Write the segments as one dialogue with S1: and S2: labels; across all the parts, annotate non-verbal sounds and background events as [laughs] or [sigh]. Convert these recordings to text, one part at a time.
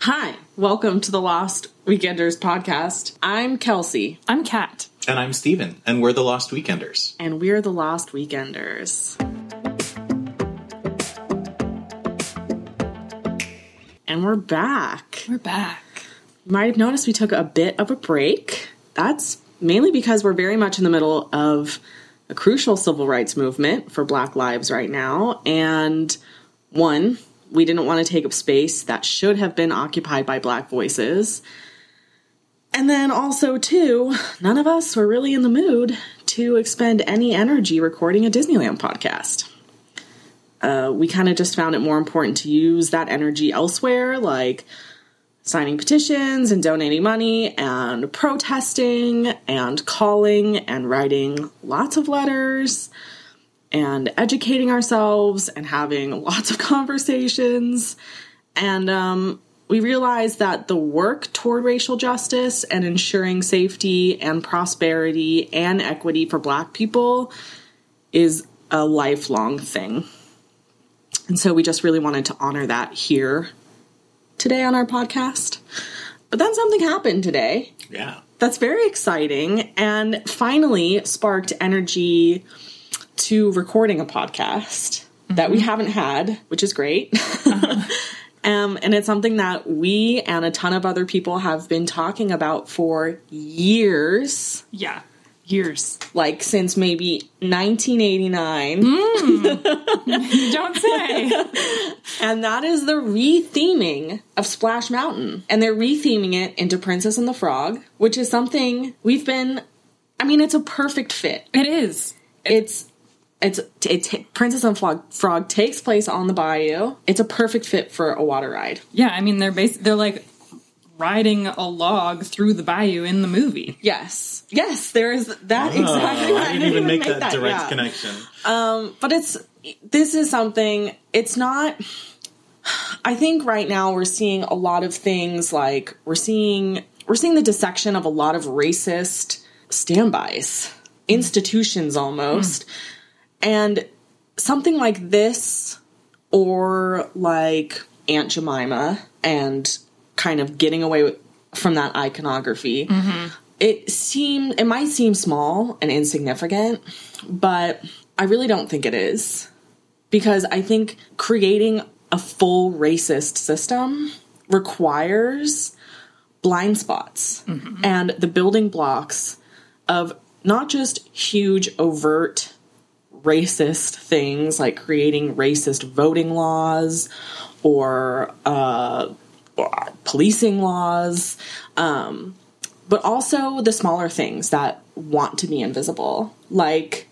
S1: Hi, welcome to the Lost Weekenders podcast. I'm Kelsey.
S2: I'm Kat.
S3: And I'm Steven, and we're the Lost Weekenders.
S1: and we're the Lost Weekenders. And we're back.
S2: We're back.
S1: You might have noticed we took a bit of a break. That's mainly because we're very much in the middle of a crucial civil rights movement for Black lives right now. And one, we didn't want to take up space that should have been occupied by Black voices. And then also, two, none of us were really in the mood to expend any energy recording a Disneyland podcast. Uh, we kind of just found it more important to use that energy elsewhere, like signing petitions and donating money and protesting and calling and writing lots of letters and educating ourselves and having [laughs] lots of conversations. And um, we realized that the work toward racial justice and ensuring safety and prosperity and equity for Black people is a lifelong thing. And so we just really wanted to honor that here today on our podcast. But then something happened today
S3: Yeah.
S1: that's very exciting and finally sparked energy to recording a podcast that we haven't had, which is great. [laughs] um, and it's something that we and a ton of other people have been talking about for years,
S2: Yeah. Years.
S1: like since maybe 1989.
S2: You don't say.
S1: And that is the retheming of Splash Mountain. And they're retheming it into Princess and the Frog, which is something we've been I mean, it's a perfect fit.
S2: [laughs] it is.
S1: It's it's it, ta Princess and Frog, Frog takes place on the bayou. It's a perfect fit for a water ride.
S2: Yeah, I mean they're bas- they're like riding a log through the bayou in the movie.
S1: Yes. Yes, there is that
S3: Oh,
S1: exactly.
S3: [laughs] I didn't even make, that, direct
S1: yeah.
S3: connection.
S1: but it's this is something it's not i think right now we're seeing a lot of things like we're seeing we're seeing the dissection of a lot of racist standbys institutions almost and something like this or like aunt jemima and kind of getting away with, from that iconography it seem it might seem small and insignificant but I really don't think it is. Because I think creating a full racist system requires blind spots and the building blocks of not just huge, overt racist things like creating racist voting laws or uh, policing laws, um, but also the smaller things that want to be invisible, like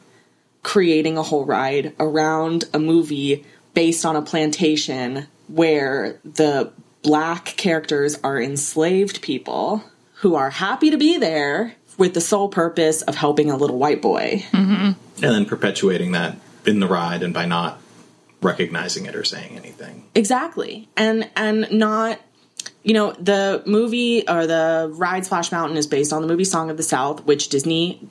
S1: creating a whole ride around a movie based on a plantation where the black characters are enslaved people who are happy to be there with the sole purpose of helping a little white boy.
S3: And then perpetuating that in the ride and by not recognizing it or saying anything.
S1: Exactly. And and not you know, the movie or the ride Splash Mountain is based on the movie Song of the South, which Disney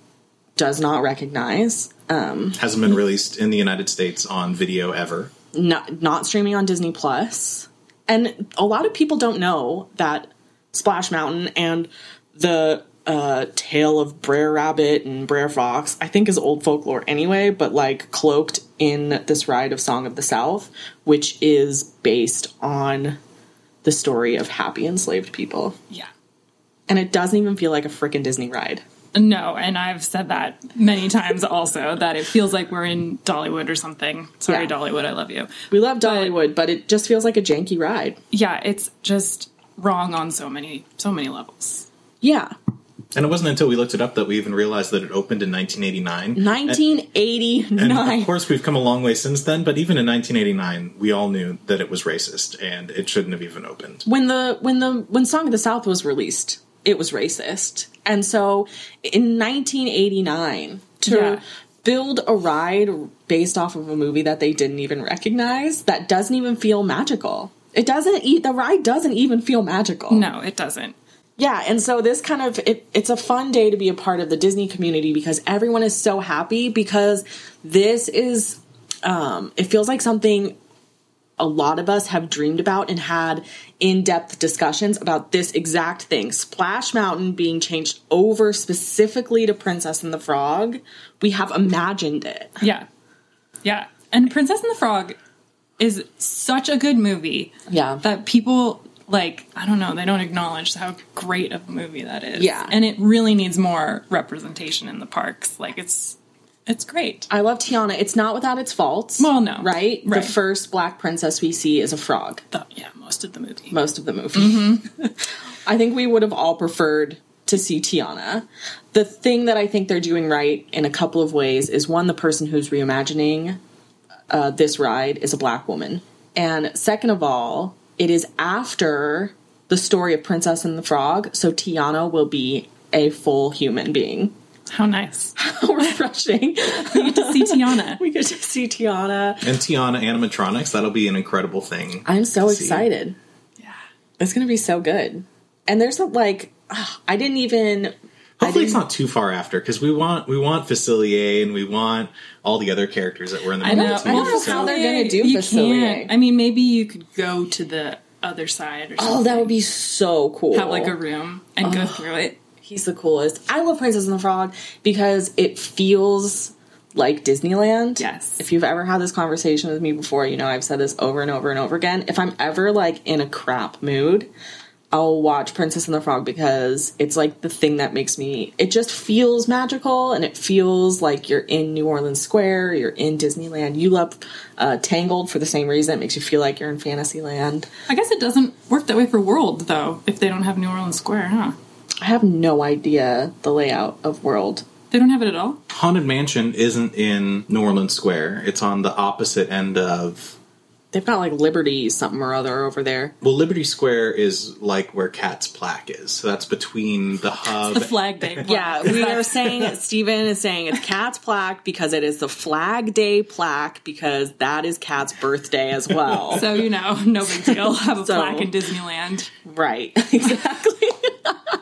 S1: does not recognize.
S3: Hasn't been released in the United States on video ever.
S1: not, not streaming on Disney Plus. And a lot of people don't know that Splash Mountain and the uh, Tale of Brer Rabbit and Brer Fox, I think, is old folklore anyway, but like cloaked in this ride of Song of the South, which is based on the story of happy enslaved people.
S2: Yeah.
S1: And it doesn't even feel like a frickin' Disney ride.
S2: No, and I've said that many times also that it feels like we're in Dollywood or something. Sorry
S1: Yeah.
S2: Dollywood, I love you.
S1: We love Dollywood, but it just feels like a janky ride.
S2: Yeah, it's just wrong on so many so many levels.
S1: Yeah.
S3: And it wasn't until we looked it up that we even realized that it opened in 1989.
S1: 1989.
S3: And of course, we've come a long way since then, but even in 1989, we all knew that it was racist and it shouldn't have even opened.
S1: when the when the when Song of the South was released, it was racist. And so in 1989 to
S2: Yeah.
S1: build a ride based off of a movie that they didn't even recognize that doesn't even feel magical. It doesn't e- the ride doesn't even feel magical.
S2: No, it doesn't.
S1: Yeah, and so this kind of it, it's a fun day to be a part of the Disney community because everyone is so happy because this is um it feels like something a lot of us have dreamed about and had in depth discussions about this exact thing Splash Mountain being changed over specifically to Princess and the Frog. We have imagined it.
S2: Yeah. Yeah. And Princess and the Frog is such a good movie
S1: Yeah.
S2: that people like I don't know, they don't acknowledge how great of a movie that is.
S1: Yeah.
S2: And it really needs more representation in the parks. Like it's it's great.
S1: I love Tiana. It's not without its faults.
S2: Well, no.
S1: Right?
S2: Right.
S1: The first black princess we see is a frog,
S2: The- yeah, most of the movie.
S1: most of the movie. [laughs] I think we would have all preferred to see Tiana. The thing that I think they're doing right in a couple of ways is one, the person who's reimagining uh, this ride is a black woman. And second of all, it is after the story of Princess and the Frog, so Tiana will be a full human being. [laughs]
S2: How nice.
S1: How refreshing. [laughs]
S2: to see Tiana.
S1: we get to see Tiana.
S3: And Tiana animatronics, that'll be an incredible thing.
S1: I'm so
S3: to see.
S1: excited.
S2: Yeah.
S1: It's going to be so good. And there's a, like, ugh, I didn't even. I
S3: Hopefully, it's
S1: didn't-
S3: not too far after because we want we want Facilier and we want all the other characters that were in the
S2: I
S3: movie.
S2: know.
S3: too,
S1: I don't know
S3: so-
S1: how they're gonna do
S2: uh, You
S1: Facilier.
S2: can't. I mean, maybe you could go to the other side or something.
S1: Oh, that would be so cool.
S2: have like a room and go through it.
S1: He's the coolest. I love Princess and the Frog because it feels like Disneyland.
S2: Yes.
S1: If you've ever had this conversation with me before, you know I've said this over and over and over again. If I'm ever like in a crap mood, I'll watch Princess and the Frog because it's like the thing that makes me it just feels magical and it feels like you're in New Orleans Square, you're in Disneyland. You love uh, Tangled for the same reason. It makes you feel like you're in Fantasyland.
S2: I guess it doesn't work that way for World though. If they don't have New Orleans Square, huh?
S1: I have no idea the layout of World.
S2: They don't have it at all.
S3: Haunted Mansion isn't in New Orleans Square. It's on the opposite end of.
S1: They've got like Liberty something or other over there.
S3: Well, Liberty Square is like where Cat's Plaque is. So that's between the
S1: [laughs]
S3: hub.
S2: The Flag Day. Plaque.
S1: Yeah, we are saying Steven is saying it's Cat's plaque because it is the Flag Day plaque because that is Cat's birthday as well.
S2: So you know, [laughs] no big deal. Have a
S1: So-
S2: plaque in Disneyland.
S1: [laughs] right. [laughs] Exactly.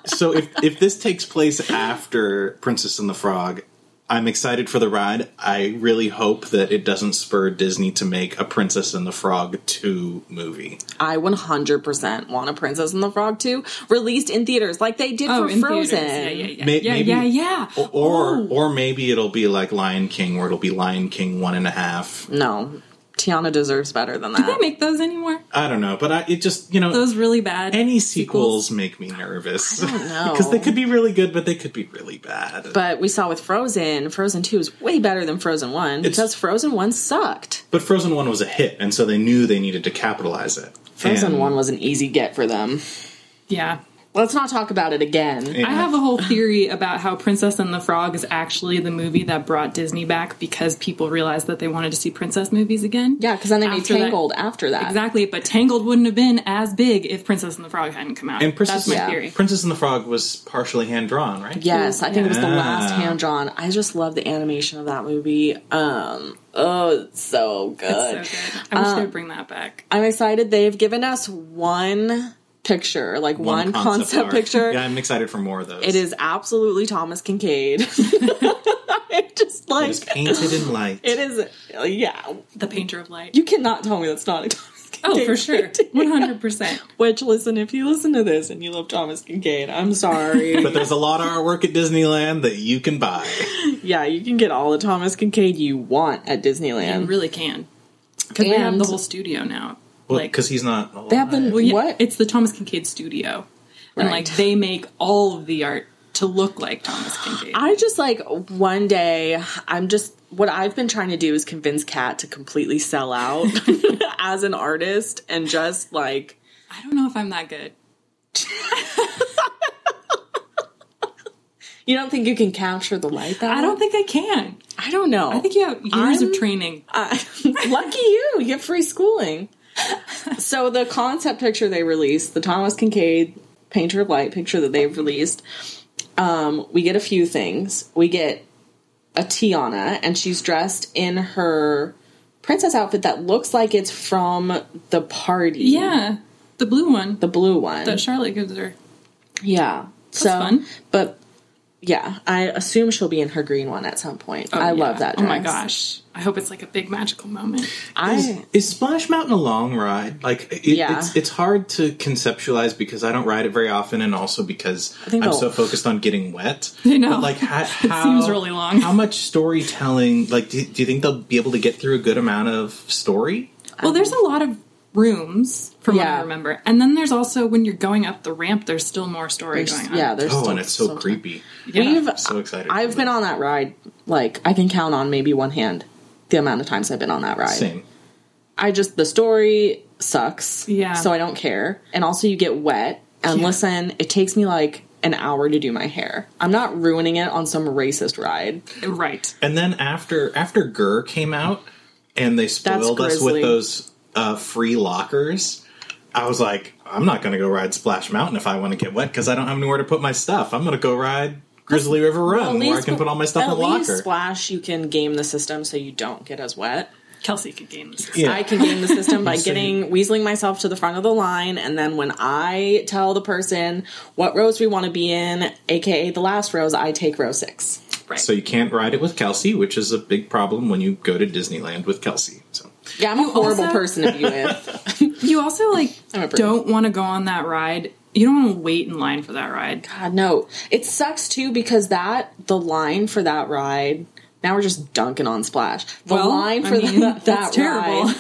S3: so if if this takes place after Princess and the Frog, I'm excited for the ride. I really hope that it doesn't spur Disney to make a Princess and the Frog 2 movie.
S1: I 100% want a Princess and the Frog 2 released in theaters like they did for
S2: Oh, in theaters.
S1: Frozen.
S2: Yeah, yeah, yeah,
S3: May-
S2: yeah,
S3: maybe-
S2: yeah, yeah.
S3: Or or,
S1: Oh.
S3: or maybe it'll be like Lion King, where it'll be Lion King one and a half.
S1: No. Tiana deserves better than that.
S2: Do they make those anymore?
S3: I don't know, but I, it just you know
S2: Those really bad.
S3: any sequels, make me nervous
S1: know.
S3: [laughs] because they could be really good, but they could be really bad.
S1: but we saw with Frozen, Frozen 2 is way better than Frozen 1 because Frozen 1 sucked.
S3: But Frozen one was a hit, and so they knew they needed to capitalize it.
S1: Frozen
S3: And-
S1: 1 was an easy get for them.
S2: Yeah.
S1: Let's not talk about it again.
S3: and-
S2: I have a whole theory about how Princess and the Frog is actually the movie that brought Disney back because people realized that they wanted to see princess movies again.
S1: Yeah, because then they made
S2: After that-
S1: Tangled after that.
S2: Exactly, but Tangled wouldn't have been as big if Princess and the Frog hadn't come out.
S3: And Princess,
S2: That's my
S1: Yeah.
S2: theory.
S3: Princess and the Frog was partially hand drawn, right?
S1: Yes, I think it was the last
S3: Yeah.
S1: hand drawn. I just love the animation of that movie. Um, oh, it's so good.
S2: So good. I wish they'd bring that back.
S1: I'm excited. They've given us one picture, like one, concept,
S3: art.
S1: picture.
S3: Yeah, I'm excited for more of those.
S1: It is absolutely Thomas Kincaid. [laughs] I'm just
S3: It
S1: like
S3: was painted
S1: [laughs]
S3: in light.
S1: it is. Yeah,
S2: The Painter of Light.
S1: you cannot tell me that's not a Thomas Kincaid.
S2: oh,
S1: [laughs]
S2: for sure. 100%.
S1: Which listen, if you listen to this and you love Thomas Kincaid, I'm sorry.
S3: [laughs] But there's a lot of artwork at Disneyland that you can
S1: [laughs]
S3: buy.
S1: yeah, you can get all the Thomas Kincaid you want at Disneyland.
S2: You really can. Because they Um, have
S1: And-
S2: the whole studio now.
S3: Well,
S2: Like-
S3: because he's not.
S1: They have the
S2: Well, yeah,
S1: what?
S2: It's the Thomas Kincaid studio, and like
S1: Right.
S2: they make all of the art to look like Thomas Kincaid.
S1: I just like one day. I'm just what I've been trying to do is convince Kat to completely sell [laughs] out as an artist and just like
S2: I don't know if I'm that good.
S1: you don't think you can capture the light that
S2: I don't think I can.
S1: I don't know.
S2: I think you have years
S1: I'm-
S2: of training.
S1: Uh, [laughs] lucky you, you get free schooling. so the concept picture they released, the Thomas Kincaid painter of light picture that they've released, um, we get a few things. We get a Tiana, and she's dressed in her princess outfit that looks like it's from the party.
S2: Yeah, the blue one
S1: the blue one.
S2: that Charlotte gives her.
S1: yeah, so
S2: fun.
S1: but yeah, I assume she'll be in her green one at some point. I love that.
S2: Oh
S1: Dress.
S2: my gosh. I hope it's like a big magical moment.
S1: I
S3: Is Splash Mountain a long ride? Like, it,
S1: Yeah.
S3: it's it's hard to conceptualize because I don't ride it very often, and also because
S1: think
S3: I'm
S1: they'll-
S3: so focused on
S1: [laughs]
S3: getting wet.
S2: I know.
S3: But, like, ha- how
S2: seems really long.
S3: How much storytelling? Like, do, do you think they'll be able to get through a good amount of story?
S2: Well, there's a lot of rooms from what I
S1: Yeah.
S2: remember. And then there's also when you're going up the ramp, there's still more story going on.
S1: yeah, there's
S3: oh,
S1: still-
S3: and it's so
S1: still-
S3: creepy.
S2: Yeah.
S1: We've
S3: So excited.
S1: I've been on that ride. Like I can count on maybe one hand the amount of times I've been on that ride.
S3: same.
S1: I just the story sucks.
S2: Yeah.
S1: So I don't care. And also you get wet. And
S2: Yeah.
S1: listen, it takes me like an hour to do my hair. I'm not ruining it on some racist ride.
S2: Right.
S3: And then after after Gurr came out and they spoiled us with
S1: grisly.
S3: those uh, free lockers, I was like, I'm not going to go ride Splash Mountain if I want to get wet because I don't have anywhere to put my stuff. I'm going to go ride Grizzly River Run where I can put all my stuff in
S1: at
S3: the
S1: least
S3: locker.
S1: splash you can game the system so you don't get as wet.
S2: Kelsey could gain this.
S3: Yeah.
S1: I can game the
S3: [laughs]
S1: system by
S3: So
S1: getting weaseling myself to the front of the line, and then when I tell the person what rows we want to be in, aka the last rows, I take row six.
S2: Right.
S3: so you can't ride it with Kelsey, which is a big problem when you go to Disneyland with Kelsey. So
S1: Yeah, I'm a horrible
S2: also-
S1: person to be [laughs] with.
S2: you also like
S1: [laughs] I'm a bird.
S2: don't want to go on that ride. You don't want to wait in line for that ride.
S1: God, no, it sucks too because that the line for that ride. Now we're just dunking on Splash. The
S2: Well,
S1: line
S2: I
S1: for
S2: mean,
S1: that,
S2: [laughs] that's
S1: that
S2: terrible.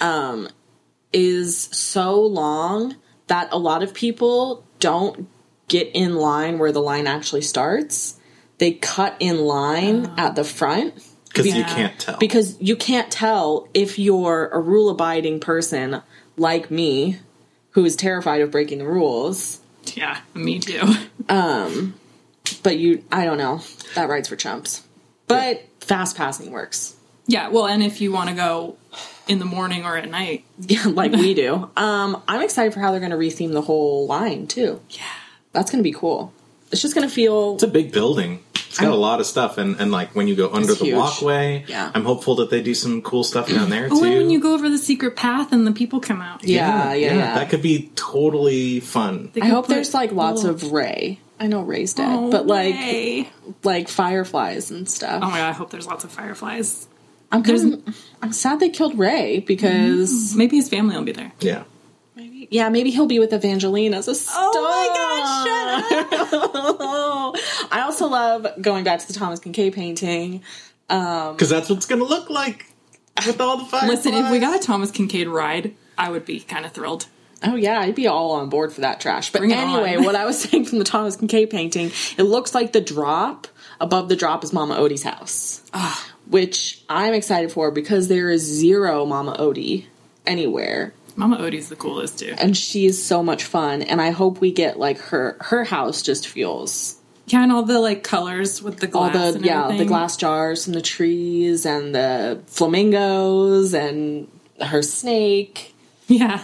S1: ride is so long that a lot of people don't get in line where the line actually starts. They cut in line at the front
S3: because you
S2: Yeah.
S3: can't tell.
S1: because you can't tell if you're a rule abiding person like me who is terrified of breaking the rules.
S2: [laughs] Yeah, me too.
S1: But you, I don't know. That ride's for chumps. But fast passing works. [laughs]
S2: Yeah, well, and if you want to go in the morning or at night,
S1: Yeah, like we do. Um, I'm excited for how they're going to retheme the whole line too. Yeah. That's going to be cool. It's just going to feel
S3: It's a big building. It's got a lot of stuff, and, and like when you go under the
S1: huge.
S3: walkway,
S1: Yeah.
S3: I'm hopeful that they do some cool stuff down there too.
S2: oh, and when you go over the secret path and the people come out,
S1: Yeah, yeah, yeah.
S3: That could be totally fun.
S2: They
S1: I
S2: could
S1: hope
S2: put-
S1: there's like lots
S2: Oh.
S1: of Ray. I know Ray's dead,
S2: Oh,
S1: but like
S2: yay.
S1: like fireflies and stuff.
S2: oh my god, I hope there's lots of fireflies.
S1: I'm kind of, I'm sad they killed Ray because
S2: Maybe his family will be there.
S3: Yeah.
S1: maybe yeah maybe he'll be with Evangeline as a star.
S2: Oh
S1: god!
S2: my
S1: Shut up. [laughs] I also love going back to the Thomas Kincaid painting.
S3: Because that's what it's going to look like with all the fire.
S2: Listen, if we got a Thomas Kincaid ride, I would be kind of thrilled.
S1: Oh yeah, I'd be all on board for that trash. But
S2: Bring it
S1: anyway,
S2: on.
S1: what I was [laughs] saying from the Thomas Kincaid painting, it looks like the drop above the drop is Mama Odie's house,
S2: Ah.
S1: which I'm excited for because there is zero Mama Odie anywhere,
S2: Mama Odie's the coolest too.
S1: and she is so much fun. And I hope we get like her her house just feels
S2: Yeah, and all the like colors with the
S1: all
S2: glass.
S1: the
S2: and
S1: yeah the
S2: everything.
S1: glass jars and the trees and the flamingos and her snake.
S2: Yeah,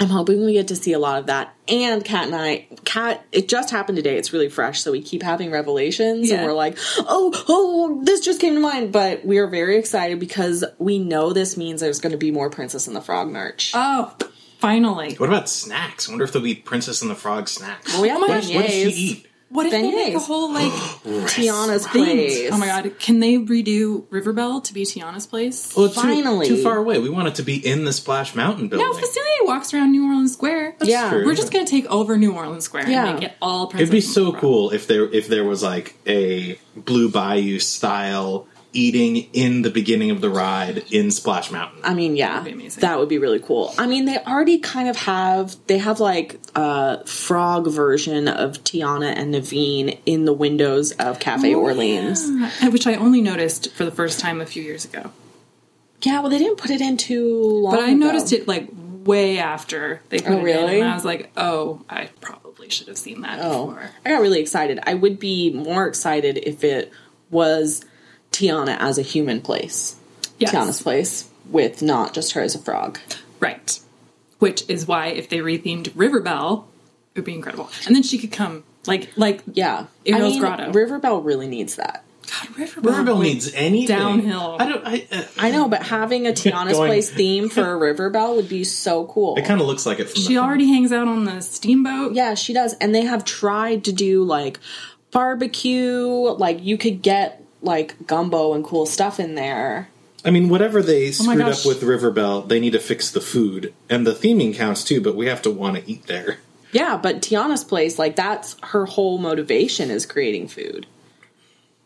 S1: I'm hoping we get to see a lot of that. And Kat and I, Kat, it just happened today. It's really fresh, so we keep having revelations,
S2: Yeah.
S1: and we're like, oh, oh, this just came to mind. But we are very excited because we know this means there's going to be more Princess and the Frog merch.
S2: Oh, finally.
S3: What about snacks? I wonder if there'll be Princess and the Frog snacks.
S1: we have
S2: my
S3: what, what does she eat?
S2: What if they make a
S1: beignets.
S2: whole
S1: [gasps]
S2: like
S1: Tiana's
S3: Right.
S1: place.
S2: Oh my god, can they redo Riverbell to be Tiana's place?
S3: Well, Oh, too,
S1: Finally.
S3: Too far away. We want it to be in the Splash Mountain
S2: No,
S3: building.
S2: Facilier walks around New Orleans Square.
S1: That's Yeah. true.
S2: We're just going to take over New Orleans Square
S1: Yeah.
S2: and make it all Princess.
S3: It'd be
S2: and
S3: so
S2: the Frog.
S3: cool if there if there was like a Blue Bayou style eating in the beginning of the ride in Splash Mountain.
S1: I mean, yeah,
S2: be amazing.
S1: that would be really cool. I mean, they already kind of have they have like a frog version of Tiana and Naveen in the windows of
S2: Oh,
S1: Cafe Orleans.
S2: Yeah, Which I only noticed for the first time a few years ago.
S1: Yeah, well, they didn't put it in too long.
S2: But I noticed it like way after they put
S1: Oh,
S2: it
S1: really?
S2: in. And I was like, oh, I probably should have seen that
S1: Oh,
S2: before.
S1: I got really excited. I would be more excited if it was Tiana as a human place,
S2: Yes.
S1: Tiana's place, with not just her as a frog.
S2: Right. Which is why if they rethemed Riverbell, it would be incredible. And then she could come like like
S1: Yeah, I
S2: Eero's
S1: mean,
S2: Grotto.
S1: Riverbell really needs that.
S2: God, Riverbell,
S3: Riverbell
S2: like,
S3: needs anything
S2: downhill.
S3: I don't. I, uh,
S1: I know, but having a Tiana's
S3: Going-
S1: place theme
S2: [laughs]
S1: for a Riverbell would be so cool.
S3: it kind of looks like it from the
S2: She
S3: front.
S2: already hangs out on the steamboat.
S1: Yeah, she does. And they have tried to do like barbecue. Like you could get like gumbo and cool stuff in there.
S3: I mean, whatever they
S1: Oh
S3: screwed
S2: gosh.
S3: up with Riverbell, they need to fix the food and the theming counts too. But we have to want to eat there.
S1: Yeah, but Tiana's place, like that's her whole motivation is creating food.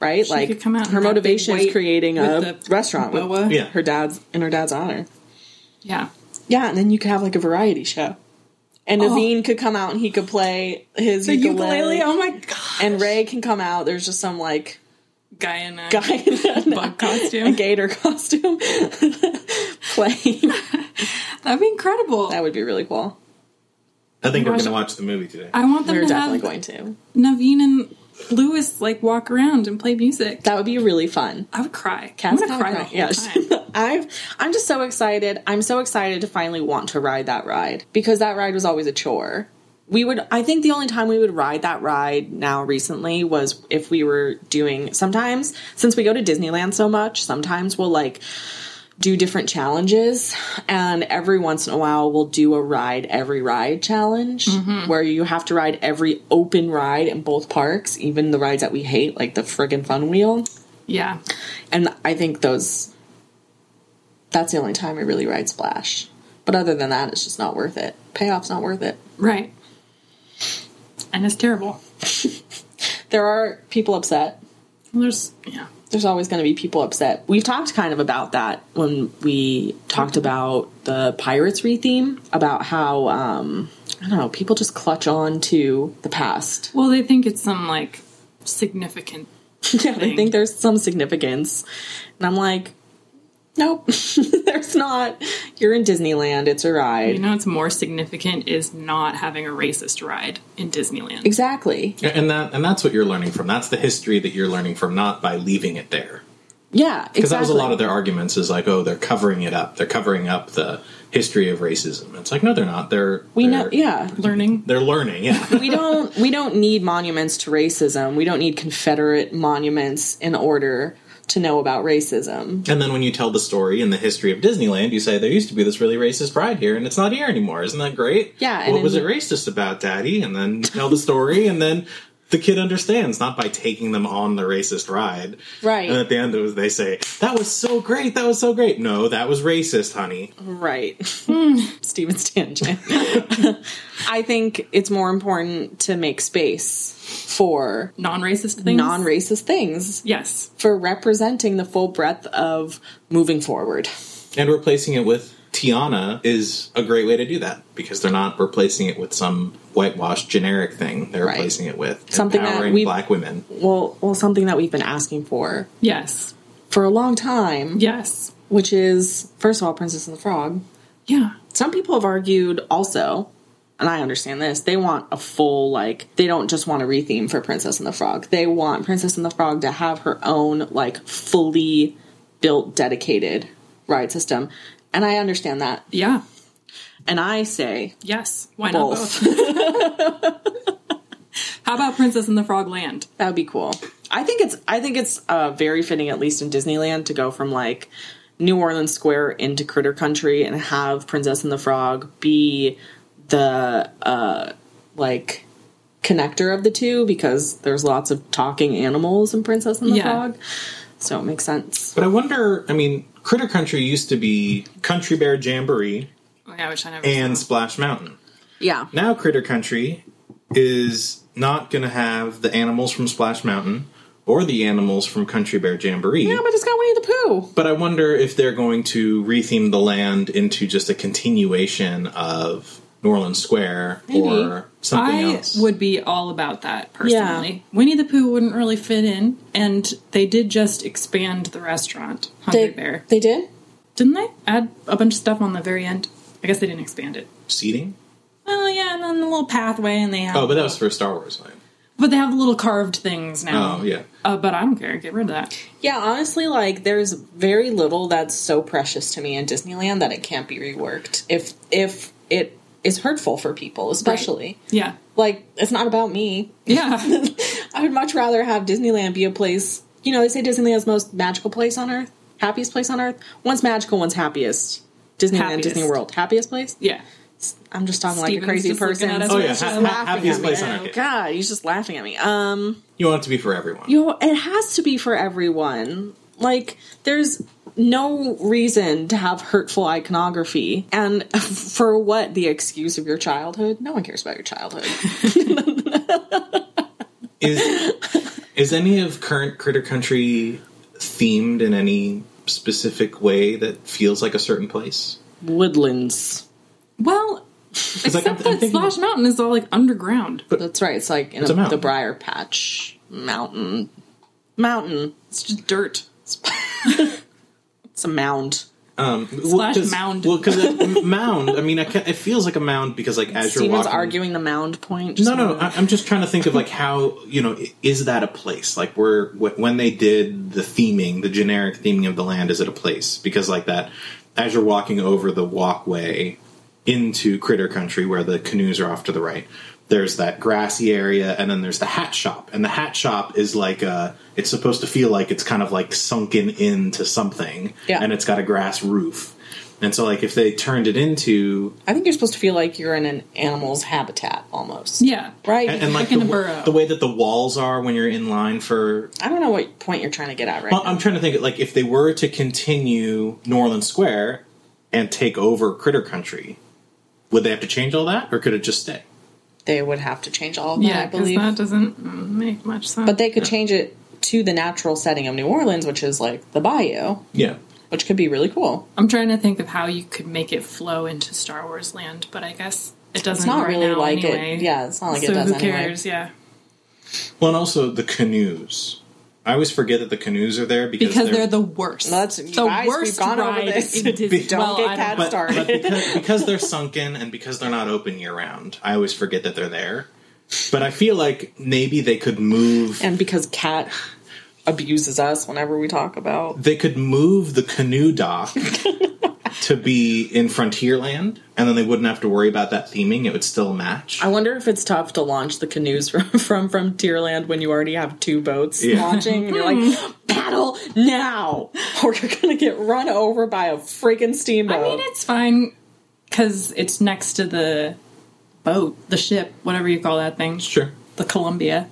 S1: Right? like
S2: could come out in
S1: her
S2: that big
S1: motivation is
S2: white
S1: creating a
S2: with the
S1: restaurant with
S2: boa.
S3: Yeah.
S1: her dad's in her dad's honor.
S2: Yeah.
S1: Yeah, and then you could have like a variety show. And
S2: Oh.
S1: Naveen could come out and he could play his
S2: The
S1: ukulele.
S2: ukulele. Oh my god.
S1: And Ray can come out. There's just some like
S2: guy in a
S1: guy [laughs] in a,
S2: bug costume.
S1: a gator costume [laughs] playing.
S2: That'd be incredible.
S1: that would be really cool.
S3: I
S1: Oh
S3: think we're
S2: Gosh.
S3: going to watch the movie today.
S2: I want them
S1: We're
S2: to
S1: definitely
S2: have
S1: going to.
S2: Naveen and Lewis like walk around and play music.
S1: That would be really fun.
S2: I would cry.
S1: Cat's
S2: I'm gonna cry.
S1: kinda
S2: The
S1: crying.
S2: whole
S1: Yeah,
S2: time.
S1: she- [laughs] I've I'm just so excited. I'm so excited to finally want to ride that ride because that ride was always a chore. We would I think the only time we would ride that ride now recently was if we were doing sometimes since we go to Disneyland so much, sometimes we'll like do different challenges and every once in a while we'll do a ride every ride challenge
S2: Mm-hmm.
S1: where you have to ride every open ride in both parks, even the rides that we hate like the friggin' fun wheel.
S2: yeah.
S1: And I think those. That's the only time I really ride Splash. But other than that, it's just not worth it. Payoff's not worth it.
S2: Right. And it's terrible.
S1: There are people upset.
S2: Well, there's yeah.
S1: There's always going to be people upset. We've talked kind of about that when we talked about the Pirates retheme, about how, um, I don't know, people just clutch on to the past. [laughs]
S2: Well, they think it's some like significant.
S1: yeah, they think there's some significance. And I'm like, nope, [laughs] there's not. You're in Disneyland, it's a ride.
S2: You know, it's more significant is not having a racist ride in Disneyland.
S1: exactly.
S3: and that and that's what you're learning from. That's the history that you're learning from, not by leaving it there.
S1: Yeah, exactly.
S3: Because that was a lot of their arguments is like, oh, they're covering it up. They're covering up the history of racism. It's like, no, they're not. They're
S1: We
S3: they're-
S1: know, yeah.
S2: Learning.
S3: They're learning, yeah.
S1: We don't we don't need monuments to racism. We don't need Confederate monuments in order to know about racism.
S3: and then when you tell the story and the history of Disneyland, you say there used to be this really racist ride here, and it's not here anymore. Isn't that great?
S1: Yeah, and
S3: What
S1: then
S3: was
S1: you-
S3: it racist about, Daddy? And then tell the story, and then the kid understands not by taking them on the racist ride.
S1: Right.
S3: And at the end, it was, they say that was so great. That was so great. No, that was racist, honey.
S1: Right. [laughs] Steven Stangen. Hmm. [laughs] I think it's more important to make space for
S2: Non-racist things.
S1: non-racist things
S2: Yes.
S1: for representing the full breadth of moving forward.
S3: And replacing it with Tiana is a great way to do that because they're not replacing it with some whitewashed generic thing. They're
S1: Right.
S3: replacing it with
S1: Something that
S3: empowering
S1: we-
S3: black women.
S1: Well, well something that we've been asking for
S2: Yes.
S1: for a long time,
S2: Yes.
S1: which is first of all Princess and the Frog.
S2: Yeah.
S1: some people have argued also and i understand this they want a full like they don't just want a retheme for princess and the frog they want princess and the frog to have her own like fully built dedicated ride system and i understand that
S2: Yeah.
S1: and i say
S2: Yes. Why
S1: Both.
S2: not both? [laughs] How about Princess and the Frog Land?
S1: that would be cool i think it's i think it's uh, very fitting at least in disneyland to go from like new orleans square into critter country and have princess and the frog be the uh, like connector of the two because there's lots of talking animals in Princess and the
S2: Yeah.
S1: Frog. So it makes sense.
S3: But I wonder, I mean, Critter Country used to be Country Bear Jamboree
S2: Oh, yeah, which I never
S3: and
S2: saw.
S3: Splash Mountain.
S1: Yeah.
S3: Now Critter Country is not going to have the animals from Splash Mountain or the animals from Country Bear Jamboree.
S1: Yeah, but it's got Winnie the Pooh.
S3: But I wonder if they're going to retheme the land into just a continuation of New Orleans Square or something
S2: I
S3: else.
S2: would be all about that personally. Winnie the Pooh wouldn't really fit in, and they did just expand the restaurant, Hungry
S1: They,
S2: Bear.
S1: they did?
S2: Didn't they? Add a bunch of stuff on the very end. I guess they didn't expand it.
S3: Seating?
S2: Oh yeah, and then the little pathway, and they have
S3: Oh, but that was for Star Wars. Right?
S2: but they have the little carved things now.
S3: Oh, yeah.
S2: Uh, but I don't care. Get rid of that.
S1: Yeah, honestly, like there's very little that's so precious to me in Disneyland that it can't be reworked. If if it is hurtful for people, especially.
S2: Yeah.
S1: Like, it's not about me.
S2: Yeah. [laughs]
S1: I would much rather have Disneyland be a place. You know, they say Disneyland's most magical place on earth, happiest place on earth. One's magical, one's happiest. Disneyland,
S2: Happiest.
S1: Disney World, happiest place.
S2: yeah.
S1: I'm just talking like a
S2: Steven's
S1: crazy
S2: just looking
S1: person.
S2: at us
S1: Oh,
S3: Oh
S1: yeah.
S3: yeah,
S2: Just
S3: ha-
S1: laughing
S3: ha-
S1: at
S3: happiest
S1: me.
S3: place on earth.
S1: Oh, God, he's just laughing at me. Um,
S3: You want it to be for everyone.
S1: you know, it has to be for everyone. Like, there's no reason to have hurtful iconography. And [laughs] for what? The excuse of your childhood? No one cares about your
S2: [laughs]
S1: childhood.
S3: is is any of current Critter Country themed in any specific way that feels like a certain place?
S1: Woodlands.
S2: Well, except
S3: like, I'm-
S2: that
S3: I'm thinking-
S2: Slash Mountain is all like underground.
S1: That's right. It's like in
S3: It's a mountain.
S1: the Briar Patch mountain. Mountain.
S2: It's just dirt.
S1: It's a mound.
S3: Um,
S2: Slash
S3: 'cause-
S2: mound.
S3: Well, because mound. I mean, I can, it feels like a mound because like as you're
S1: Steven's
S3: walking.
S1: arguing the mound point.
S3: no, no. I- I'm just trying to think of like how you know i- is that a place? Like where wh- when they did the theming, the generic theming of the land, is it a place? Because like that, as you're walking over the walkway into Critter Country, where the canoes are off to the right, there's that grassy area, and then there's the hat shop, and the hat shop is like a. It's supposed to feel like it's kind of like sunken into something,
S1: Yeah.
S3: and it's got a grass roof. And so, like, if they turned it into
S1: I think you're supposed to feel like you're in an animal's habitat almost.
S2: Yeah.
S1: Right?
S3: and, and like
S2: Like in
S3: the,
S2: a burrow.
S3: the way that the walls are when you're in line for
S1: I don't know what point you're trying to get at right
S3: well,
S1: now.
S3: Oh, i'm trying to think like if they were to continue new orleans square and take over critter country would they have to change all that or could it just stay
S1: They would have to change all of that,
S2: Yeah,
S1: I
S2: because
S1: believe.
S2: that doesn't mm, make much sense.
S1: But they could change it to the natural setting of New Orleans, which is like the bayou,
S3: yeah
S1: which could be really cool.
S2: I'm trying to think of how you could make it flow into Star Wars land, but I guess it doesn't.
S1: It's not
S2: right
S1: really
S2: now
S1: like
S2: anyway.
S1: it. Yeah, it's not like
S2: so
S1: it does
S2: who
S1: anyway.
S2: cares? Yeah,
S3: well and also the canoes i always forget that the canoes are there because,
S2: because they're
S3: they're
S2: the worst.
S1: Well, that's- you
S2: the
S1: guys, we've
S2: worst
S1: gone over
S2: ride
S1: this. [laughs]
S2: in Disney.
S3: Don't
S2: well,
S1: get
S2: I
S1: Cat
S2: know.
S3: [laughs] but,
S1: Sorry.
S3: but because, because they're sunken and because they're not open year round i always forget that they're there but i feel like maybe they could move
S1: And because Cat abuses us whenever we talk about
S3: they could move the canoe dock to be in Frontierland, and then they wouldn't have to worry about that theming. It would still match.
S1: I wonder if it's tough to launch the canoes [laughs] from from Frontierland when you already have two boats
S3: Yeah.
S1: launching and you're like, paddle now, [laughs] or you're gonna get run over by a freaking steamboat.
S2: I mean, it's fine because it's next to the boat, the ship, whatever you call that thing,
S3: sure.
S2: the Columbia.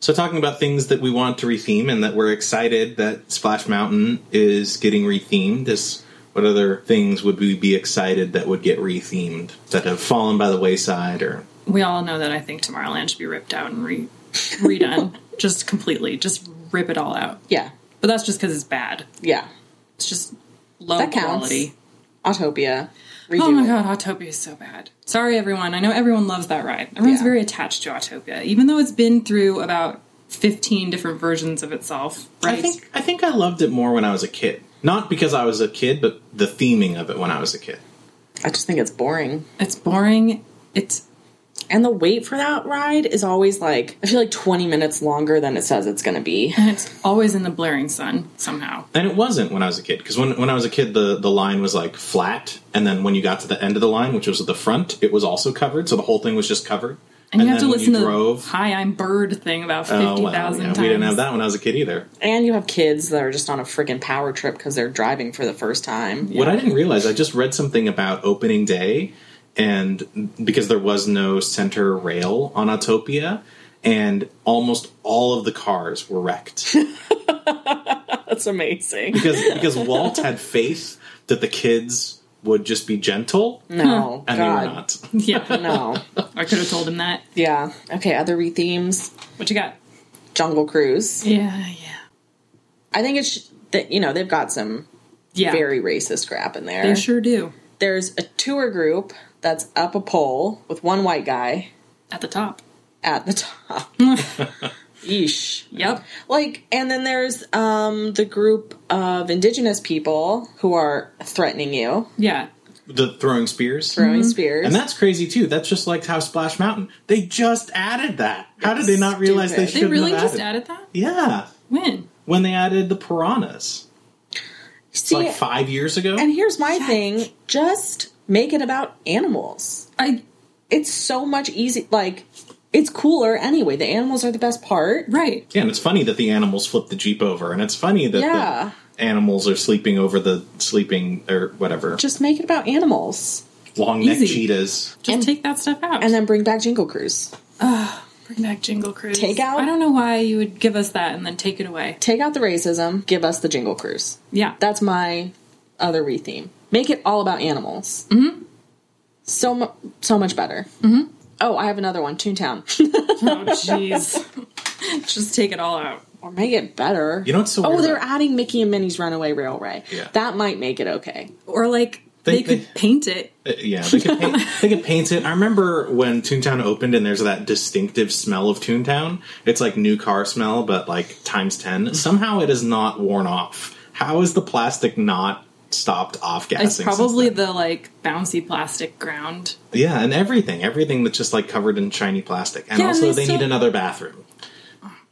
S3: So, talking about things that we want to retheme and that we're excited that Splash Mountain is getting rethemed, is what other things would we be excited that would get rethemed that have fallen by the wayside or
S2: We all know that I think Tomorrowland should be ripped out and re- [laughs] redone, just completely, just rip it all out.
S1: yeah,
S2: But that's just because it's bad.
S1: yeah.
S2: It's just low
S1: That counts.
S2: quality.
S1: Autopia. Redo
S2: Oh my
S1: it.
S2: god, Autopia is so bad. Sorry, everyone. I know everyone loves that ride. Everyone's
S1: Yeah.
S2: very attached to Autopia, even though it's been through about 15 different versions of itself, right?
S3: I think I think I loved it more when I was a kid. Not because I was a kid, but the theming of it when I was a kid.
S1: I just think it's boring.
S2: it's boring. It's
S1: And the wait for that ride is always like, I feel like 20 minutes longer than it says it's going to be.
S2: and it's always in the blaring sun somehow.
S3: And it wasn't when I was a kid, because when, when I was a kid, the, the line was like flat, and then when you got to the end of the line, which was at the front, it was also covered, so the whole thing was just covered.
S2: And, you have
S3: then
S2: to
S3: when
S2: listen
S3: you
S2: to
S3: drove,
S2: the "Hi, I'm Bird" thing about fifty
S3: oh,
S2: thousand
S3: well, yeah,
S2: times.
S3: we didn't have that when I was a kid either.
S1: And you have kids that are just on a freaking power trip because they're driving for the first time.
S3: [laughs] What I didn't realize, I just read something about opening day, and because there was no center rail on Autopia, and almost all of the cars
S2: [laughs]
S3: were wrecked.
S1: That's amazing.
S3: because, because Walt had faith that the kids would just be gentle,
S1: No,
S3: [laughs] and they were
S1: God.
S3: not.
S2: [laughs] Yeah,
S1: No.
S2: I could have told him that.
S1: Yeah. Okay, other rethemes.
S2: What you got?
S1: Jungle Cruise.
S2: Yeah, yeah,
S1: I think it's that, you know, they've got some
S2: yeah.
S1: very racist crap in there.
S2: They sure do.
S1: There's a tour group that's up a pole with one white guy
S2: At the top.
S1: at the top. Yeesh.
S2: Yep.
S1: like and then there's um the group of indigenous people who are threatening you
S2: Yeah.
S3: The throwing spears.
S1: throwing spears
S3: Mm-hmm. And that's crazy too. That's just like how Splash Mountain. They just added that. How did they not realize they
S1: Stupid.
S2: They
S3: should
S2: really
S3: have
S2: just
S3: added?
S2: added that.
S3: Yeah,
S2: When?
S3: when they added the piranhas
S1: see
S3: like five years ago.
S1: and here's my thing just make it about animals
S2: I
S1: it's so much easy like it's cooler anyway the animals are the best part
S2: right.
S3: yeah, and it's funny that the animals flip the jeep over, and it's funny that
S1: Yeah.
S3: the animals are sleeping over the sleeping or whatever.
S1: just make it about animals
S3: long neck
S2: Easy.
S3: cheetahs.
S2: Just take that stuff out.
S1: and then bring back Jingle Cruise.
S2: Bring back Jingle Cruise.
S1: Take out-
S2: I don't know why you would give us that and then take it away.
S1: Take out the racism, give us the Jingle Cruise.
S2: Yeah.
S1: That's my other re theme. Make it all about animals.
S3: Mm-hmm.
S1: So mu- so much better. Oh, I have another one. Toontown, [laughs]
S2: oh, jeez. [laughs] Just take it all out.
S1: or make it better.
S3: You know what's so
S1: Oh,
S3: weird
S1: they're
S3: about-
S1: adding Mickey and Minnie's Runaway Railway.
S3: Yeah.
S1: That might make it okay.
S2: Or like they,
S3: They-
S2: could
S3: they-
S2: paint it.
S3: Uh, Yeah, they could,
S1: [laughs]
S3: paint, they could paint it. I remember when Toontown opened and there's that distinctive smell of Toontown. It's like new car smell, but like times
S1: Mm-hmm.
S3: 10. Somehow it is not worn off. How is the plastic not stopped off gassing?
S2: It's probably the like bouncy plastic ground.
S3: Yeah, and everything. Everything that's just like covered in shiny plastic. And
S2: Yeah, and
S3: also,
S2: they
S3: they
S2: still-
S3: need another bathroom.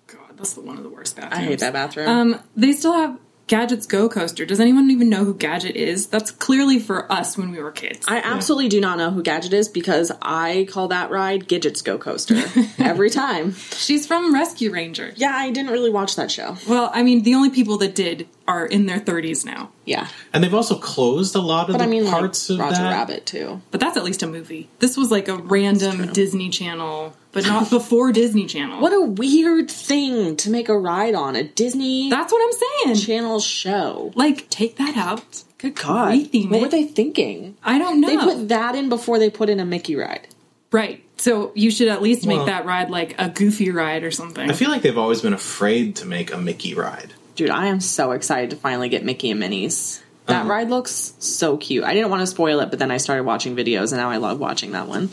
S2: God, that's the, one of the worst bathrooms.
S1: I hate that bathroom.
S2: Um, they still have Gadget's Go Coaster. Does anyone even know who Gadget is? That's clearly for us when we were kids.
S1: I absolutely do not know who Gadget is because I call that ride Gidget's Go [laughs] Coaster every time.
S2: She's from Rescue Ranger.
S1: Yeah, I didn't really watch that show.
S2: Well, I mean, the only people that did are in their 30s now.
S1: Yeah.
S3: And they've also closed a lot of
S1: But
S3: the
S1: I mean, like,
S3: parts
S1: Roger
S3: of that.
S1: Rabbit, too.
S2: But that's at least a movie. This was like a random Disney Channel, but
S1: [laughs]
S2: not before Disney Channel.
S1: What a weird thing to make a ride on a Disney
S2: That's what I'm saying.
S1: Channel show.
S2: Like, take that out.
S1: Good God.
S2: Retheme
S1: What Oh.
S2: it.
S1: were they thinking?
S2: I don't know.
S1: They put that in before they put in a Mickey ride.
S2: right. So you should at least make
S3: Well-
S2: that ride like a goofy ride or something.
S3: I feel like they've always been afraid to make a Mickey ride.
S1: Dude, I am so excited to finally get Mickey and Minnie's. That
S2: Um,
S3: Uh-huh.
S1: ride looks so cute. I didn't want to spoil it, but then I started watching videos and now I love watching that one.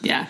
S2: yeah.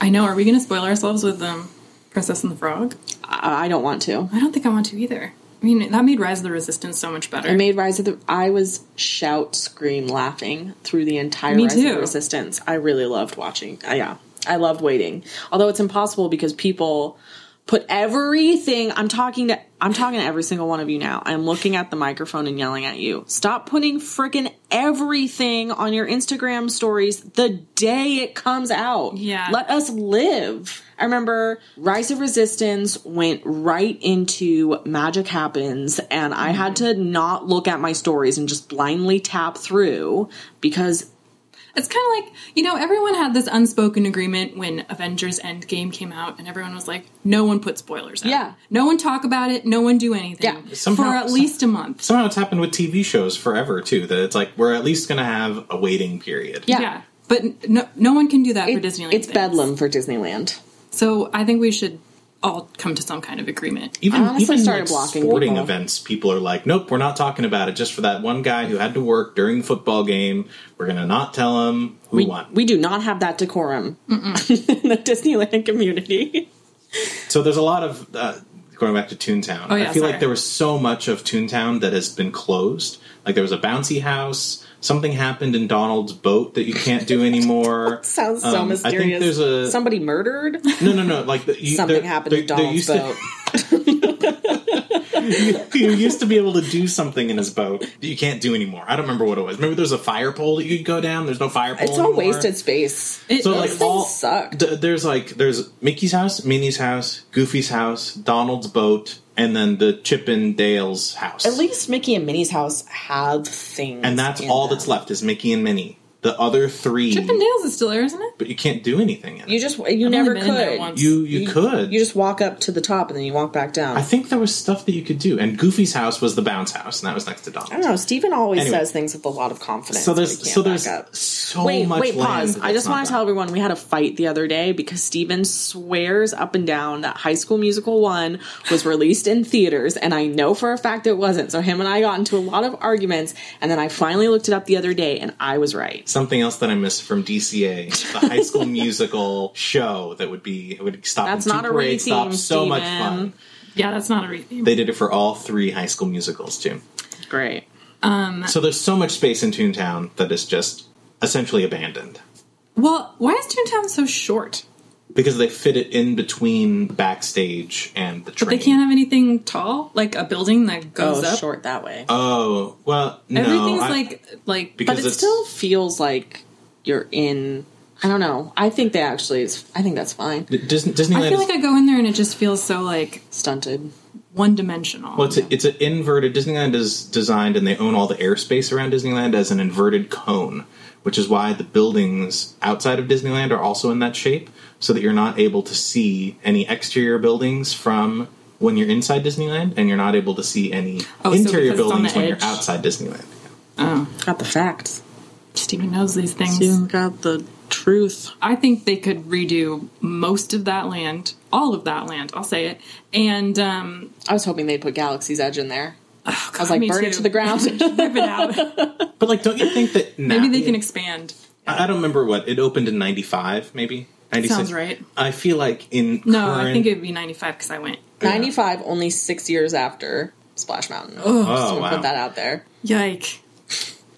S2: I know. Are we going to spoil ourselves with um, Princess and the Frog?
S1: I, I don't want to.
S2: I don't think I want to either. I mean, that made Rise of the Resistance so much better.
S1: I made Rise of the. I was shout, scream, laughing through the entire
S2: Me
S1: Rise of
S2: too.
S1: the Resistance. I really loved watching. Uh, yeah, I loved waiting. Although it's impossible because people put everything. I'm talking to. I'm talking to every single one of you now. I'm looking at the microphone and yelling at you. Stop putting freaking everything on your Instagram stories the day it comes out.
S2: Yeah.
S1: Let us live. I remember Rise of Resistance went right into Magic Happens, and I had to not look at my stories and just blindly tap through because
S2: It's kind of like, you know, everyone had this unspoken agreement when Avengers Endgame came out, and everyone was like, no one put spoilers out.
S1: Yeah.
S2: No one talk about it, no one do anything.
S1: Yeah.
S2: for
S3: Somehow-
S2: at least a month.
S3: Somehow it's happened with TV shows forever, too, that it's like we're at least going to have a waiting period.
S1: Yeah.
S2: But no, no one can do that for
S1: it-
S2: Disneyland.
S1: it's
S2: things.
S1: bedlam for Disneyland.
S2: So I think we should all come to some kind of agreement.
S3: Even,
S1: I honestly
S3: even
S1: started
S3: like
S1: blocking
S3: sporting
S1: people.
S3: events, people are like, "Nope, we're not talking about it." Just for that one guy who had to work during the football game, we're gonna not tell him who
S1: We,
S3: won.
S1: we do not have that decorum [laughs] in the Disneyland community.
S3: so there's a lot of uh, going back to Toontown.
S2: Oh, yeah,
S3: I feel
S2: sorry.
S3: like there was so much of Toontown that has been closed. Like there was a bouncy house. Something happened in Donald's boat that you can't
S1: [laughs]
S3: do anymore.
S1: Sounds so
S3: Um,
S1: mysterious.
S3: I think there's a
S1: Somebody murdered.
S3: no, no, no. Like the, you,
S1: Something
S3: there-
S1: happened
S3: there-
S1: to
S3: there
S1: Donald's
S3: used to-
S1: boat.
S3: [laughs] you used to be able to do something in his boat that you can't do anymore. I don't remember what it was. Maybe there's a fire pole that you could go down. There's no fire pole.
S1: It's all
S3: anymore.
S1: wasted space. [laughs]
S2: It-
S3: So
S1: things
S3: like all
S1: sucked.
S3: th- there's like there's Mickey's house, Minnie's house, Goofy's house, Donald's boat, and then the Chip and Dale's house.
S1: At least Mickey and Minnie's house have things,
S3: and that's
S1: in
S3: all
S1: them.
S3: that's left is Mickey and Minnie. The other three,
S2: Chip and Dale's is still there, isn't it?
S3: but you can't do anything in it.
S1: You just you
S2: I've
S1: never
S2: only been in there
S1: could.
S2: once.
S3: You you, could.
S1: You just walk up to the top and then you walk back down.
S3: I
S1: I,
S3: think there was stuff that you could do, and Goofy's house was the bounce house, and that was next to Donald's.
S1: don't know. Stephen always
S3: Anyway.
S1: says things with a lot of confidence.
S3: So
S1: we
S3: there's
S1: can't
S3: so
S1: back
S3: there's
S1: up.
S3: so
S1: wait,
S3: much.
S1: wait, pause.
S3: land
S1: I just want to tell
S3: everyone.
S1: everyone we had a fight the other day because Steven swears up and down that High School Musical 1 was released in theaters, and I know for a fact it wasn't. So him and I got into a lot of arguments, and then I finally looked it up the other day, and I was right.
S3: Something else that I missed from DCA, the
S1: [laughs]
S3: High School Musical show that would be it would stop.
S1: That's
S3: in two
S1: not a
S3: parade
S1: retheme,
S3: stops. So much
S1: Steven.
S3: fun.
S2: Yeah, that's not a retheme.
S3: They did it for all three High School Musicals too.
S1: Great.
S3: So there's so much space in Toontown that is just essentially abandoned
S2: well, why is Toontown so short?
S3: because they fit it in between backstage and the train.
S2: They can't have anything tall, like a building that
S1: Oh,
S2: goes up.
S1: short that way.
S3: Oh well, no,
S2: Everything's
S3: I-
S2: like like
S1: but
S3: because
S1: it
S3: it's-
S1: still feels like you're in. I don't know. I think they actually. Is, I think that's fine.
S3: Disney, Disneyland.
S2: I feel
S3: is-
S2: like I go in there and it just feels so like
S1: Stunted.
S2: one dimensional.
S3: Well, it's a, it's an inverted. Disneyland is designed, and they own all the airspace around Disneyland as an inverted cone, which is why the buildings outside of Disneyland are also in that shape, so that you're not able to see any exterior buildings from when you're inside Disneyland, and you're not able to see any
S2: Oh, so
S3: interior
S2: because it's on
S3: buildings
S2: the
S3: when
S2: edge.
S3: you're outside Disneyland.
S1: Got the facts.
S2: Steven knows these things.
S1: You got the truth.
S2: I think they could redo most of that land, all of that land. I'll say it. And um,
S1: I was hoping they'd put Galaxy's Edge in there.
S2: I
S1: was like, burn it to the ground. [laughs]
S2: rip it [laughs] out.
S3: But like, don't you think that now,
S2: Maybe they can expand.
S3: I I don't remember what it opened in '95, maybe. 96.
S2: Sounds right.
S3: I feel like in
S2: No, I
S3: current-
S2: think it'd be 95 because I went.
S3: Yeah.
S1: 95, only six years after Splash Mountain.
S3: oh
S1: Just
S3: wow.
S1: gonna Put that out there.
S2: Yike.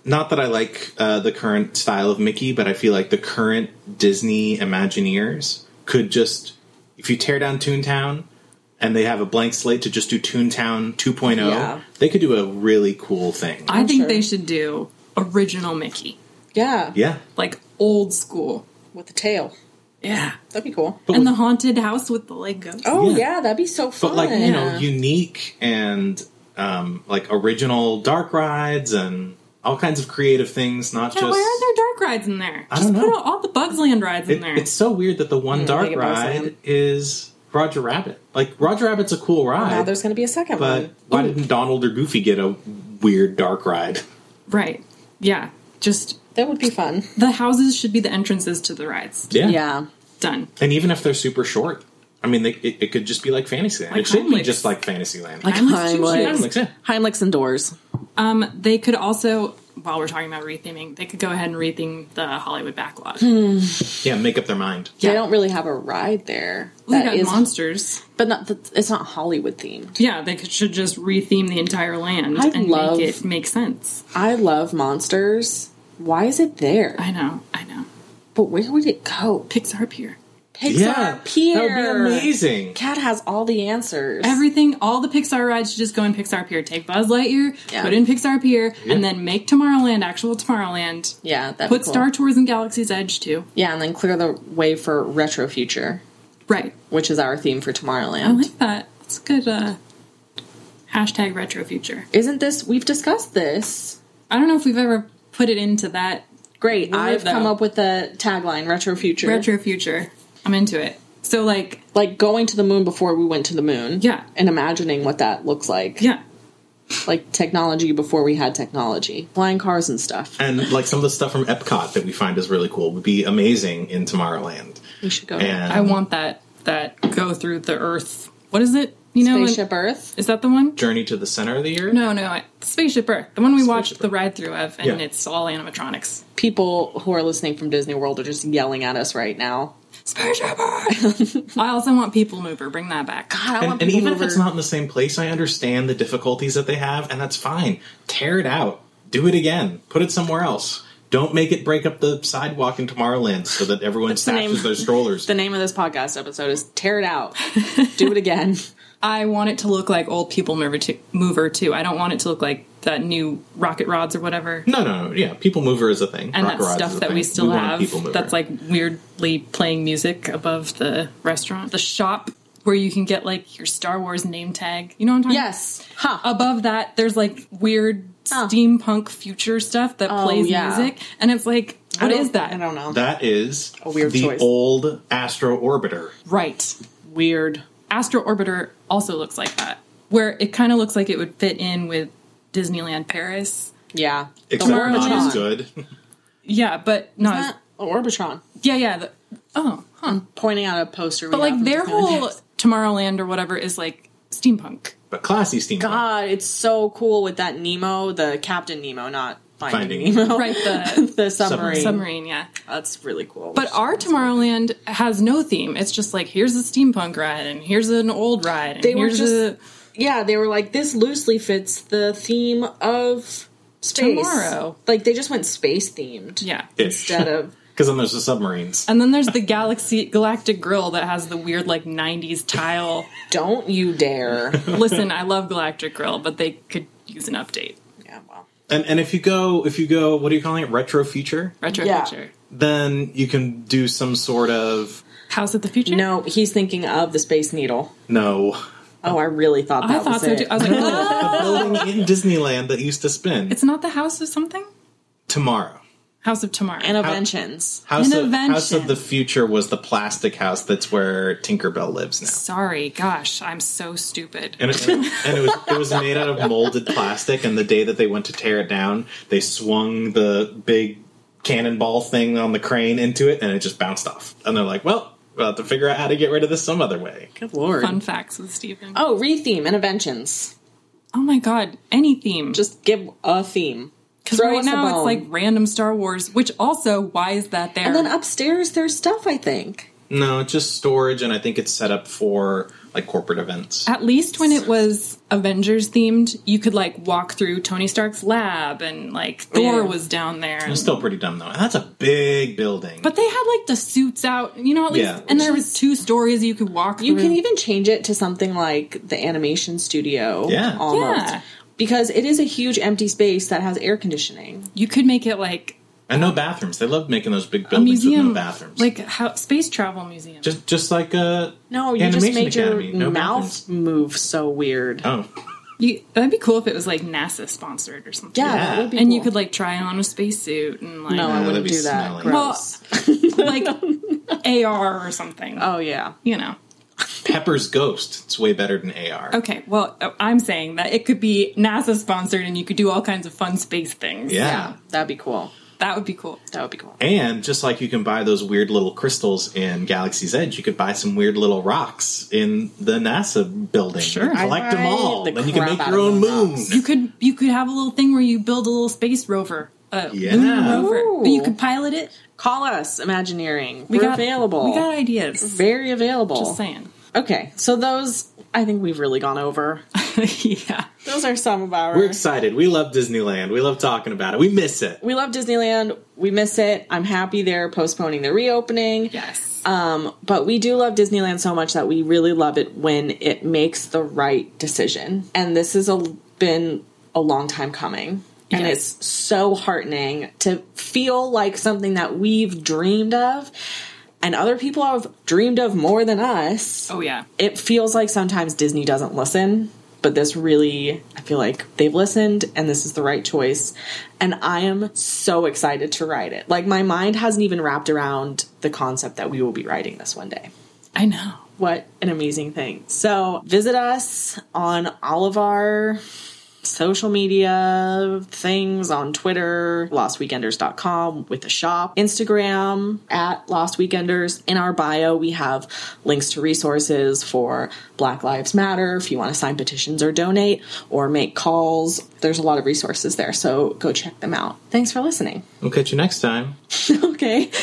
S3: not that I like uh, the current style of Mickey, but I feel like the current Disney Imagineers could just, if you tear down Toontown and they have a blank slate to just do Toontown 2.0,
S1: Yeah.
S3: they could do a really cool thing.
S2: I
S1: I'm
S2: think
S1: sure.
S2: they should do original Mickey,
S1: Yeah.
S3: yeah.
S2: like old school.
S1: With the tail.
S2: Yeah.
S1: That'd be cool.
S3: But
S2: and
S3: with-
S2: the haunted house with the Legos.
S1: Oh,
S3: Yeah.
S1: yeah, that'd be so fun.
S3: But like, you know,
S1: Yeah.
S3: unique and um, like original dark rides and all kinds of creative things, not
S2: yeah,
S3: just.
S2: why aren't there dark rides in there?
S3: I
S2: Just
S3: don't
S2: put
S3: know.
S2: all, all the Bugs Land rides in
S3: It-
S2: there. Hmm,
S3: It's so weird that the one dark
S1: think about
S3: ride
S1: Sam.
S3: is Roger Rabbit. Like Roger Rabbit's a cool ride.
S1: Now there's going to be a second
S3: But
S1: one.
S3: why didn't Donald or Goofy get a weird dark ride?
S2: Right. Yeah. Just
S1: That would be fun.
S2: the houses should be the entrances to the rides.
S1: Yeah.
S2: Done.
S3: And even if they're super short, I mean, they, it, it could just be like Fantasyland.
S2: Like
S3: it should be
S2: Heimlich.
S3: just like Fantasyland.
S2: Like
S1: Heimlich.
S2: Heimlich.
S3: Heimlich's, yeah.
S1: Heimlich's indoors.
S2: Um, they could also, while we're talking about retheming, they could go ahead and retheme the Hollywood backlot.
S1: Hmm,
S3: Yeah, make up their mind.
S2: Yeah.
S1: They don't really have a ride there.
S2: They
S1: That
S2: got
S1: is,
S2: monsters.
S1: but not. that- It's not Hollywood themed.
S2: Yeah, they could, should just retheme the entire land
S1: I
S2: and
S1: love-
S2: make it make sense.
S1: I love monsters. Why is it there?
S2: I know, I know.
S1: But where would it go?
S2: Pixar Pier.
S1: Pixar
S3: yeah,
S1: Pier.
S3: that would be amazing.
S1: Cat has all the answers.
S2: Everything, all the Pixar rides should just go in Pixar Pier. Take Buzz Lightyear,
S1: Yeah.
S2: put in Pixar Pier,
S3: Yeah.
S2: and then make Tomorrowland actual Tomorrowland.
S1: yeah, that
S2: Put
S1: cool.
S2: Star Tours and Galaxy's Edge too.
S1: Yeah, and then clear the way for retro future,
S2: Right.
S1: which is our theme for
S2: I
S1: Tomorrowland.
S2: like that. That's a good uh, hashtag retro future.
S1: Isn't this? We've discussed this.
S2: I don't know if we've ever put it into that
S1: Great,
S2: Word,
S1: I've come
S2: though.
S1: up with the tagline: retro future.
S2: retro future. I'm into it. So like,
S1: Like going to the moon before we went to the moon.
S2: Yeah.
S1: and imagining what that looks like.
S2: yeah,
S1: like technology before we had technology, flying cars and stuff.
S3: And like some of the stuff from Epcot that we find is really cool would be amazing in Tomorrowland.
S1: We should go.
S3: And
S2: I want that that go through the Earth. What is it? You know,
S1: Spaceship Earth.
S2: is that the one?
S3: Journey to the Center of the Year.
S2: No, no, I- Spaceship Earth, the one we watched
S3: Spaceship
S2: the ride through of, and
S3: Yeah.
S2: it's all animatronics.
S1: People who are listening from Disney World are just yelling at us right now.
S2: Spaceship Earth. [laughs] I also want People Mover. Bring that back.
S1: God, I
S3: And,
S1: want
S3: and
S1: people
S3: even if
S1: over-
S3: it's not in the same place, I understand the difficulties that they have, and that's fine. Tear it out. Do it again. Put it somewhere else. Don't make it break up the sidewalk in Tomorrowland so that everyone
S1: the name.
S2: [laughs]
S3: stashes their strollers.
S1: the name of this podcast episode is "Tear It Out." Do it again.
S2: I want it to look like old People Mover too. Mover too. I don't want it to look like that new rocket rods or whatever.
S3: No, no, no. Yeah, People Mover is a thing.
S2: and
S3: Rock
S2: that
S3: Rides is
S2: stuff
S3: a
S2: that
S3: thing.
S2: we still
S3: want a People Mover.
S2: have that's like weirdly playing music above the restaurant the shop where you can get like your star wars name tag you know what i'm talking
S1: Yes. Huh.
S2: above that there's like weird steampunk future stuff that plays
S1: Oh, yeah.
S2: music and it's like
S1: I
S2: what
S1: don't-
S2: is that
S1: I don't know.
S3: that is
S1: A weird
S3: the
S1: choice.
S3: old Astro Orbiter.
S2: right
S1: Weird.
S2: astro orbiter also looks like that where it kind of looks like it would fit in with disneyland paris
S1: Yeah.
S3: Except
S1: the
S3: not
S1: Orbitron.
S3: as good.
S2: yeah but no
S1: Huh? The Uh, Orbitron.
S2: yeah yeah the, oh huh.
S1: Pointing out a poster.
S2: but like their whole tomorrowland or whatever is like steampunk
S3: But classy
S1: [laughs]
S3: steampunk.
S1: God, it's so cool with that Nemo, the Captain Nemo, not Finding,
S3: Finding
S1: Nemo.
S2: right the
S1: [laughs] The submarine.
S2: submarine yeah
S1: That's really cool.
S2: but our tomorrowland has no theme it's just like here's a steampunk ride and here's an old ride and
S1: They were
S2: here's
S1: just-
S2: a
S1: yeah, they were like, this loosely fits the theme of space.
S2: Tomorrow.
S1: Like they just went space themed.
S2: yeah
S1: Instead
S2: [laughs]
S1: of
S3: Because then there's the submarines.
S2: and then there's the galaxy galactic grill that has the weird like 90s tile
S1: don't you [laughs] dare.
S2: listen i love galactic grill but they could use an update
S1: yeah, well.
S3: And and if you go if you go what are you calling it retro future?
S2: retro
S1: Yeah.
S2: future
S3: Then you can do some sort of
S2: house of the future
S1: No, he's thinking of the Space Needle.
S3: no
S1: Oh, I really thought
S2: i
S1: that
S2: thought
S1: was
S2: so
S1: it.
S2: too i
S1: [laughs]
S2: was like "Ah."
S3: building in Disneyland that used to spin
S2: it's not the house of something
S3: tomorrow.
S2: House of Tomorrow.
S1: Inventions.
S3: House of, House
S2: Intervention.
S3: of the Future was the plastic house that's where Tinkerbell lives now.
S2: Sorry, gosh, I'm so stupid.
S3: And it, and it was it was made out of molded plastic. And the day that they went to tear it down, they swung the big cannonball thing on the crane into it, and it just bounced off. And they're like, "Well, we'll have to figure out how to get rid of this some other way."
S1: Good lord.
S2: Fun facts with Stephen. Oh.
S1: Oh, retheme interventions.
S2: my god, any theme. Just
S1: Just give a theme.
S2: because
S1: throw
S2: right
S1: us a
S2: now it's
S1: bone.
S2: like random Star Wars, which also, why is that there?
S1: And then upstairs there's stuff, I think.
S3: No, it's just storage, and I think it's set up for like corporate events.
S2: At least when it was Avengers themed, you could like walk through Tony Stark's lab and like Thor
S1: Yeah.
S2: was down there.
S3: It's still pretty dumb though. And that's a big building.
S2: but they had like the suits out, you know, at least,
S3: Yeah.
S2: and there was two stories you could walk
S1: You
S2: through.
S1: can even change it to something like the animation studio.
S3: Yeah.
S1: Almost.
S2: Yeah.
S1: Because it is a huge empty space that has air conditioning.
S2: you could make it like
S3: and no bathrooms. They love making those big
S2: a
S3: buildings with
S2: museum,
S3: no bathrooms.
S2: like how space travel museum.
S3: just just like uh
S1: No, you just
S3: Animation
S1: made
S3: Academy,
S1: your
S3: no
S1: mouth
S3: bathrooms.
S1: move so weird.
S3: oh
S2: You, that'd be cool if it was like NASA sponsored or something.
S1: yeah, that
S3: yeah.
S1: would be
S2: and you
S1: cool.
S2: could like try on a spacesuit and like
S1: No, I
S3: that'd
S1: wouldn't
S3: be
S1: do that.
S3: smelly.
S1: Gross.
S2: [laughs] like AR or something.
S1: oh yeah.
S2: You know.
S3: Pepper's Ghost. It's way better than AR.
S2: Okay, well, uh, I'm saying that it could be NASA sponsored and you could do all kinds of fun space things.
S3: yeah.
S1: That'd be cool.
S2: That would be cool.
S1: That would be cool.
S3: And just like you can buy those weird little crystals in Galaxy's Edge, you could buy some weird little rocks in the NASA building.
S2: Sure.
S3: And
S1: I'd
S3: collect them
S1: buy
S3: all.
S1: the
S3: then you can
S1: crap
S3: make
S1: out
S3: your
S1: of
S3: own
S1: those
S3: moon.
S1: rocks.
S2: You could you could have a little thing where you build a little space rover. A
S3: Yeah.
S2: lunar rover. But you
S1: Ooh.
S2: could pilot it.
S1: Call us, Imagineering.
S2: We
S1: We're
S2: got
S1: available.
S2: We got ideas.
S1: Very available.
S2: Just saying. [laughs]
S1: Okay, so those I think we've really gone over. [laughs]
S2: yeah.
S1: Those are some of our.
S3: We're excited. We love Disneyland. We love talking about it. We miss it.
S1: we love Disneyland. We miss it. I'm happy they're postponing the reopening.
S2: Yes.
S1: Um, but we do love Disneyland so much that we really love it when it makes the right decision. And this has a, been a long time coming. And
S2: Yes.
S1: it's so heartening to feel like something that we've dreamed of and other people have dreamed of more than us.
S2: oh yeah.
S1: It feels like sometimes Disney doesn't listen, but this really, I feel like they've listened and this is the right choice. And I am so excited to ride it. Like, my mind hasn't even wrapped around the concept that we will be riding this one day.
S2: I know.
S1: What an amazing thing. So, visit us on all of our social media things on Twitter, lostweekenders.com with the shop, Instagram at Lost Weekenders. In our bio, we have links to resources for Black Lives Matter if you want to sign petitions or donate or make calls. There's a lot of resources there, so go check them out. Thanks for listening.
S3: We'll catch you next time.
S1: Okay. [laughs]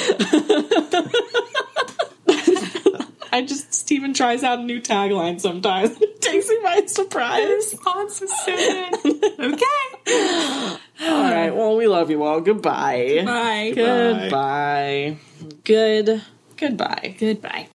S1: I just, Steven tries out a new tagline sometimes. [laughs] It takes me by surprise.
S2: Response is so good. okay.
S1: [laughs] All right. Well, we love you all. Goodbye.
S2: Bye.
S1: Goodbye. Good. Goodbye.
S2: Goodbye.